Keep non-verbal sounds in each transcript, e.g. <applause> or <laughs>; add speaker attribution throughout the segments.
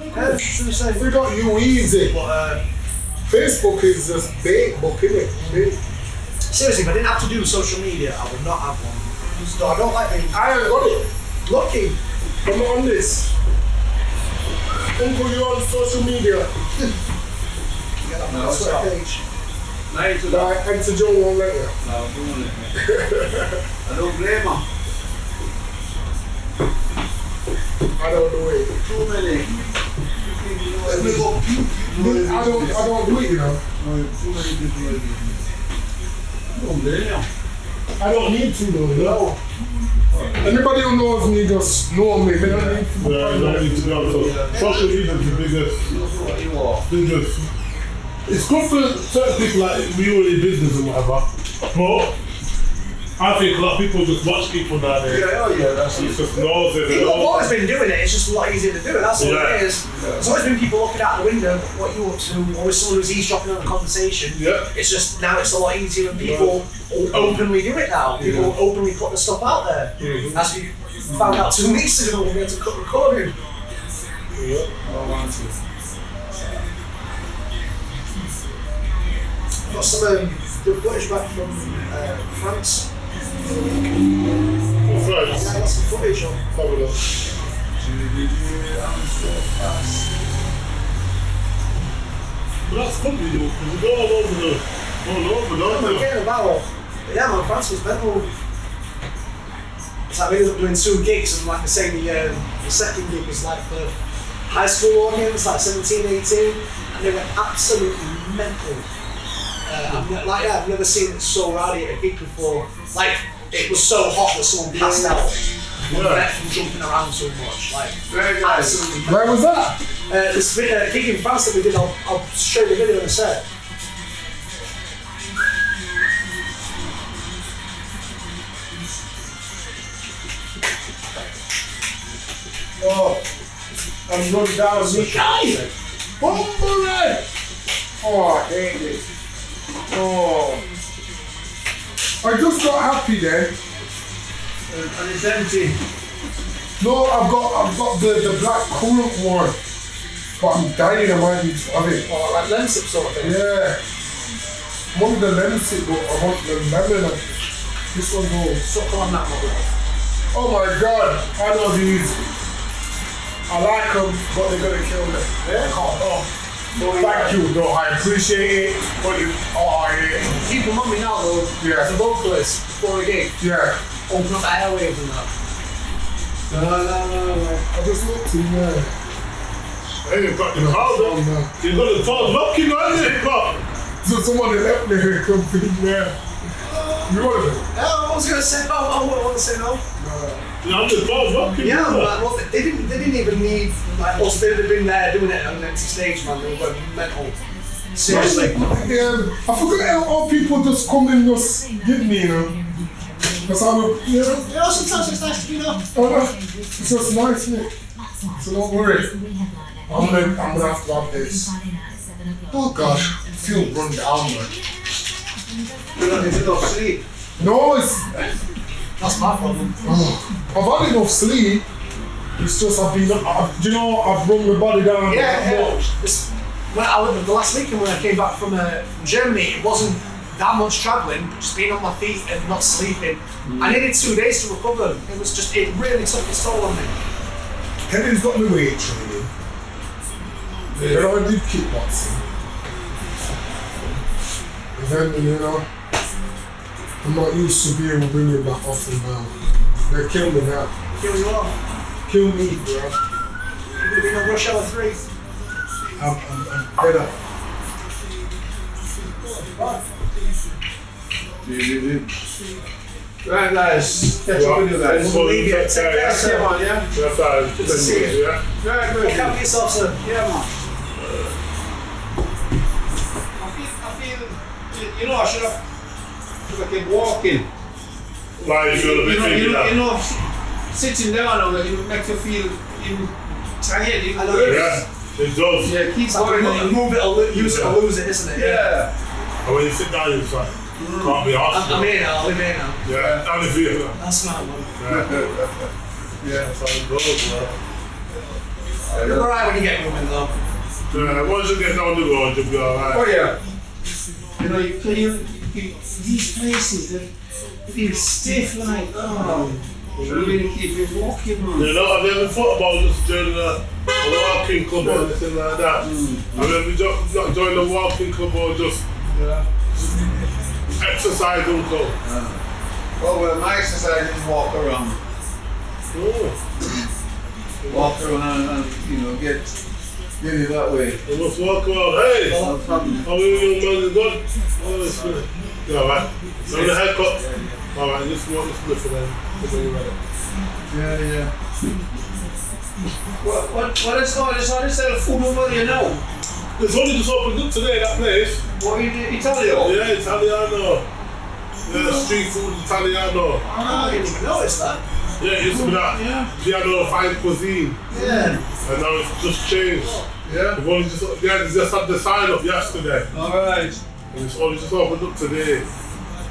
Speaker 1: That's the same.
Speaker 2: We got you easy.
Speaker 1: But, uh,
Speaker 2: Facebook is just big book, isn't it? Big.
Speaker 1: seriously, if I didn't have to do social media, I would not have one. Just- I don't like being
Speaker 2: I ain't got it.
Speaker 1: lucky.
Speaker 2: I'm on this. Uncle, you on social media.
Speaker 1: Yeah, that
Speaker 3: No,
Speaker 1: that's
Speaker 3: stop.
Speaker 1: what I page.
Speaker 3: Married to that.
Speaker 2: Like, Enter John won't let you.
Speaker 3: No, I'm doing it, mate. I don't blame her.
Speaker 2: I don't do it.
Speaker 3: Too many.
Speaker 1: Let me go.
Speaker 2: I don't, I don't do it, you know.
Speaker 3: Too many people in business. I don't blame her.
Speaker 2: I don't need to, though. No. Anybody who knows me just know me. They don't need to.
Speaker 4: Yeah, you don't need to be on social. Social media is the biggest,
Speaker 3: You know what you are.
Speaker 4: biggest. It's good for certain people like we were in business and whatever, but I think a lot of people just watch people nowadays.
Speaker 3: Yeah, oh yeah, that's
Speaker 4: It's
Speaker 3: it.
Speaker 4: just knows it. they
Speaker 1: People have
Speaker 4: know.
Speaker 1: always been doing it, it's just a lot easier to do it, that's all
Speaker 4: Yeah.
Speaker 1: it is. There's always been people looking out the window, what you up to, always someone who's eavesdropping on a conversation.
Speaker 4: Yeah.
Speaker 1: It's just now it's a lot easier and people o- openly do it now. People openly put the stuff out there. That's what you found out two weeks ago when we had to cut recording.
Speaker 3: I want to.
Speaker 1: Got some um, good footage back from uh, France.
Speaker 4: Well,
Speaker 1: Yeah,
Speaker 4: friends,
Speaker 1: I got some footage on.
Speaker 4: have a look. But that's good video because you go all over the, all over,
Speaker 1: I'm
Speaker 4: don't you?
Speaker 1: getting about it. But yeah, man, France was mental. It's like we ended up doing two gigs, and like I say, the, um, the second gig was like the high school audience, like 17, 18, and they were absolutely mental. Uh, I've ne- like, yeah, I've never seen it so rowdy at a gig before. Like, it was so hot that someone passed out. from
Speaker 4: Yeah.
Speaker 1: wet From jumping around so much, like
Speaker 3: Very nice.
Speaker 1: absolutely.
Speaker 2: Where was that?
Speaker 1: Uh, this vi- uh, gig in France that we did, I'll, I'll show you the video in a sec.
Speaker 2: Oh, I'm going down. Mikai! Bumblehead! Oh, I hate this. Oh. I just got happy then.
Speaker 1: Uh, And it's empty.
Speaker 2: No, I've got I've got the, the black currant one. But I'm dying, I might need to have it.
Speaker 1: Or like Lensip sort of thing.
Speaker 2: Yeah. I want the lemon stick, but I want the lemon. and This one goes.
Speaker 1: Suck on that, my brother.
Speaker 2: Oh my god, I know these. I like them, but they're gonna kill me.
Speaker 1: Yeah.
Speaker 2: Oh, oh. Thank you, though. I appreciate it. But you, oh, yeah.
Speaker 1: Keep them on me now though.
Speaker 2: Yeah.
Speaker 1: As a vocalist before a gig,
Speaker 2: yeah.
Speaker 1: open up the airwaves and that. No, no, no, no.
Speaker 2: I just looked in there.
Speaker 4: Hey, fucking hard,
Speaker 2: Oh, man.
Speaker 4: You're gonna start looking, aren't you? But
Speaker 2: So someone left me a complete there. You want it?
Speaker 1: No, I was gonna say no. I wouldn't want to say no.
Speaker 4: I'm just start looking.
Speaker 1: Yeah,
Speaker 4: you know.
Speaker 1: but well, they didn't. They didn't even need like us. They'd have been there doing it on an empty stage, man. They were mental. Seriously.
Speaker 2: Yeah, I forgot how all people just come and just give me, you know. That's how we, you know,
Speaker 1: You know, sometimes it's nice to be known.
Speaker 2: I don't know. it's just nice, isn't it? So don't worry. I'm gonna, I'm gonna have to have this. Oh gosh, I feel run down, man.
Speaker 1: You don't need to go sleep.
Speaker 2: No, it's,
Speaker 1: That's my problem.
Speaker 2: I've had enough sleep. It's just I've been, I've, do you know, I've run my body down.
Speaker 1: Yeah, yeah. It's, when I lived the last weekend when I came back from, uh, from Germany, it wasn't that much travelling, just being on my feet and not sleeping. I needed two days to recover. It was just, it really took its toll on me.
Speaker 2: Kevin's got me weight training. Then I did kickboxing. And then, you know, I'm not used to being women back off and down. They kill me now.
Speaker 1: Here we are.
Speaker 2: Kill me, bro.
Speaker 1: It would have been a rush hour three.
Speaker 2: I'm, I'm, I'm fed up.
Speaker 3: Very nice. Catch up with you
Speaker 4: That's
Speaker 3: guys.
Speaker 4: all
Speaker 1: leave
Speaker 4: you
Speaker 1: it.
Speaker 4: got there, yeah?
Speaker 1: That's it, man, yeah?
Speaker 4: That's how it's
Speaker 1: to see
Speaker 4: been, yeah?
Speaker 3: Very
Speaker 1: Look
Speaker 3: good.
Speaker 1: out for yourself, sir.
Speaker 3: Yeah, man. I feel, I feel, you- you know, I should have fucking walking.
Speaker 4: Like, you should have
Speaker 3: You
Speaker 4: been
Speaker 3: know,
Speaker 4: thinking
Speaker 3: you know, you
Speaker 4: that.
Speaker 3: know, sitting down and it makes you feel in tired. In
Speaker 1: I know it
Speaker 4: Yeah, it does.
Speaker 3: Yeah, keep
Speaker 1: It's like
Speaker 3: going.
Speaker 1: when you
Speaker 3: on.
Speaker 1: move it or lo- use it or lose it, isn't it?
Speaker 3: Yeah.
Speaker 4: And when you sit down, you're like, can't be
Speaker 1: I'm, I'm
Speaker 4: asked.
Speaker 1: here now, I live here now.
Speaker 4: Yeah, and if you,
Speaker 1: That's my one. <laughs>
Speaker 3: Yeah, it's all good, bro.
Speaker 1: You're alright when you get moving though.
Speaker 4: Yeah, once you get down the road, you'll be
Speaker 3: Oh
Speaker 4: alright.
Speaker 3: yeah. You know, you clear you, these places that feel stiff like oh. You really keep you walking, man.
Speaker 4: You know, I've never thought about just joining a, a walking club or anything like that. I've never jo- not joined a walking club or just
Speaker 3: Yeah.
Speaker 4: exercise and go.
Speaker 3: Well, Oh, well, my exercise is walk around,
Speaker 4: Oh,
Speaker 3: walk around, and you know, get get it that way.
Speaker 4: I must walk around. Hey,
Speaker 3: No problem.
Speaker 4: how are you, young man? You good? Oh, it's good. Yeah, alright. Now the haircut. Alright, let's walk this way for them.
Speaker 3: Yeah, yeah. What what what is all this? All this little food over there now?
Speaker 4: It's only just opened up today, that place.
Speaker 3: What you did
Speaker 1: Oh,
Speaker 3: Italy?
Speaker 4: Yeah, Italiano. Yeah, street food Italiano.
Speaker 1: Ah, I didn't even notice that.
Speaker 4: Yeah, it used to be that piano fine cuisine,
Speaker 1: Yeah.
Speaker 4: and now it's just changed.
Speaker 3: Yeah.
Speaker 4: They've only just, yeah, they just had the sign up yesterday,
Speaker 3: All right.
Speaker 4: and it's only just opened up today.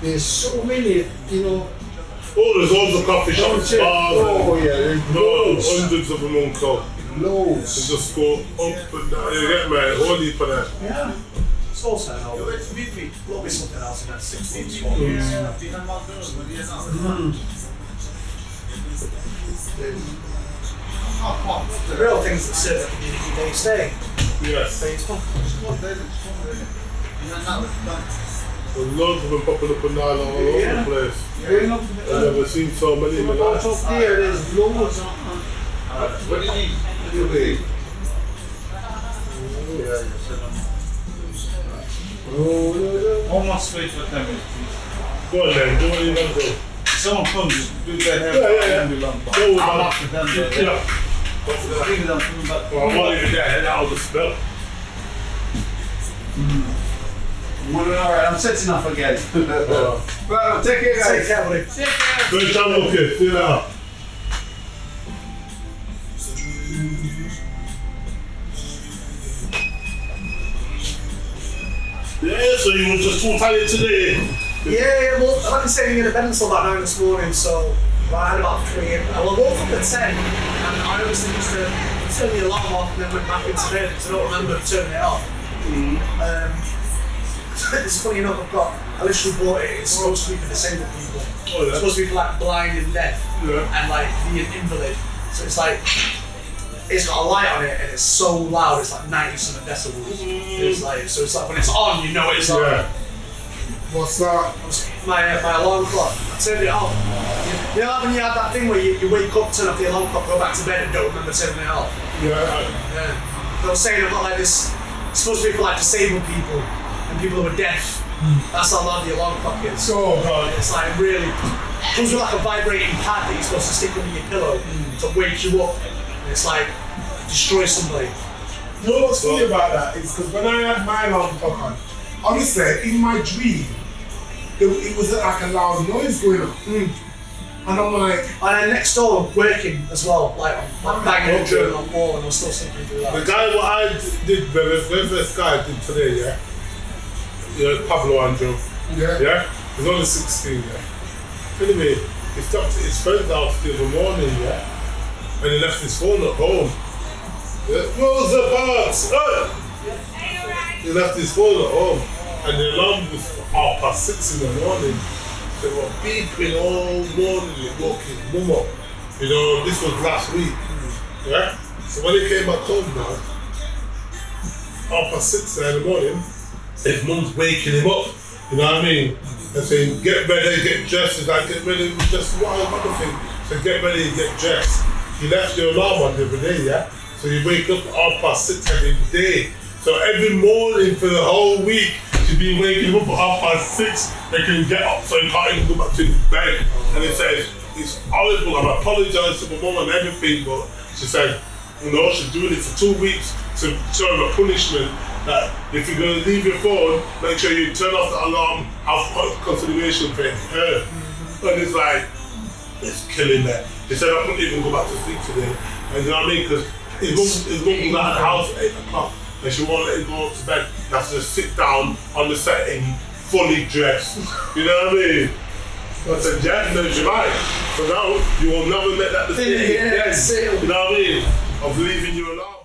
Speaker 1: There's so many, you know.
Speaker 4: Oh, there's loads of coffee shops, bars,
Speaker 1: Oh
Speaker 4: and,
Speaker 1: yeah, there's
Speaker 4: no,
Speaker 1: loads.
Speaker 4: hundreds of them on call. They
Speaker 1: Loads.
Speaker 4: just go up and down. You get me? Whole heap of them.
Speaker 1: Yeah. It's also helpful. There'll be something else in that 16 spot. Hmm. The real things that serve the community day to day.
Speaker 4: Yes,
Speaker 1: Facebook.
Speaker 4: there's loads of them popping up and down all over
Speaker 1: Yeah.
Speaker 4: the place.
Speaker 1: Bring up
Speaker 4: I've never seen so many in my
Speaker 1: Out
Speaker 4: life.
Speaker 1: up there, there's loads.
Speaker 3: What do you need? You be.
Speaker 5: Almost wait for ten minutes, please.
Speaker 4: Go on then, do what you want to do.
Speaker 5: Someone comes, do their hair,
Speaker 4: Yeah, yeah, yeah.
Speaker 5: and be long back.
Speaker 4: Go with
Speaker 5: I'm
Speaker 4: that.
Speaker 5: after them, they're there.
Speaker 4: Yeah.
Speaker 5: Bring them, bring them back.
Speaker 4: Well, I'm not even there, that'll just smell.
Speaker 3: All right, I'm setting up again. <laughs> well, take care,
Speaker 1: Take
Speaker 3: guys.
Speaker 1: care, buddy.
Speaker 4: Good job, okay, see you later. Yeah, so you were just too tired today.
Speaker 1: Yeah, yeah, well, like I said, we were in bed until about 9 this morning, so I had about 3. And uh, I woke up at 10, and I obviously used to turn the alarm off and then went back into bed because I don't remember turning it off.
Speaker 4: Mm-hmm.
Speaker 1: Um, <laughs> it's funny enough, I've got, I literally bought it, it's supposed to be for disabled people.
Speaker 4: Oh, yeah.
Speaker 1: It's supposed to be for like blind and deaf,
Speaker 4: Yeah.
Speaker 1: and like the invalid. So it's like, it's got a light on it, and it's so loud, it's like 90 something decibels. It's like, so it's like, when it's on, you know it's on.
Speaker 4: Mm-hmm. Yeah.
Speaker 2: What's that?
Speaker 1: my, uh, my alarm clock. I turned it off. You know, like when you have that thing where you, you wake up, turn off the alarm clock, go back to bed, and don't remember turning it off.
Speaker 4: Yeah.
Speaker 1: Yeah. They were saying about like this, it's supposed to be for like disabled people and people who are deaf. That's how loud the alarm clock is.
Speaker 4: Oh, God.
Speaker 1: it's like really comes with like a vibrating pad that you're supposed to stick under your pillow to wake you up. And it's like destroy somebody.
Speaker 2: You know what's funny about that is because when I had my alarm clock on, honestly, in my dream, there, it was like a loud noise going on. And I'm like,
Speaker 1: And then next door I'm working as well, like I'm like, banging
Speaker 4: Okay.
Speaker 1: a drum on the wall and I'm still sleeping through that.
Speaker 4: The guy what I did, the very very first guy I did today, yeah? Yeah, Pablo Andrew.
Speaker 2: yeah.
Speaker 4: Yeah? He's only 16, yeah? Anyway, he stopped at his friend's house the other morning, yeah? And he left his phone at home. Yeah, Where's the box? Hey! He left his phone at home. And the alarm was half past six in the morning. They were beeping all morning, he woke his mum up. You know, this was last week. Yeah? So when he came back home now, half past six uh, in the morning, his mum's waking him up. You know what I mean? And saying, get ready, get dressed. He's like, get ready, just what another thing. So get ready, get dressed. He left your alarm on the other day, yeah? So you wake up at half past six every day. So every morning for the whole week, you've been waking up at half past six. They can get up so you can't even go back to bed. And he says, it's horrible. I've apologized to my mum and everything, but she said, you know, she's doing it for two weeks to show him a punishment that if you're going to leave your phone, make sure you turn off the alarm, have con- consideration for her. And it's like, it's killing me. He said, I couldn't even go back to sleep today. And you know what I mean? Because his mum his mum was at the house at 8 o'clock and she won't let him go up to bed. He has to sit down on the setting, fully dressed. You know what I mean? I said, yeah, no, you're right. So now you will never make that decision
Speaker 1: Yeah,
Speaker 4: again.
Speaker 1: that's it.
Speaker 4: You know what I mean? Of leaving you alone.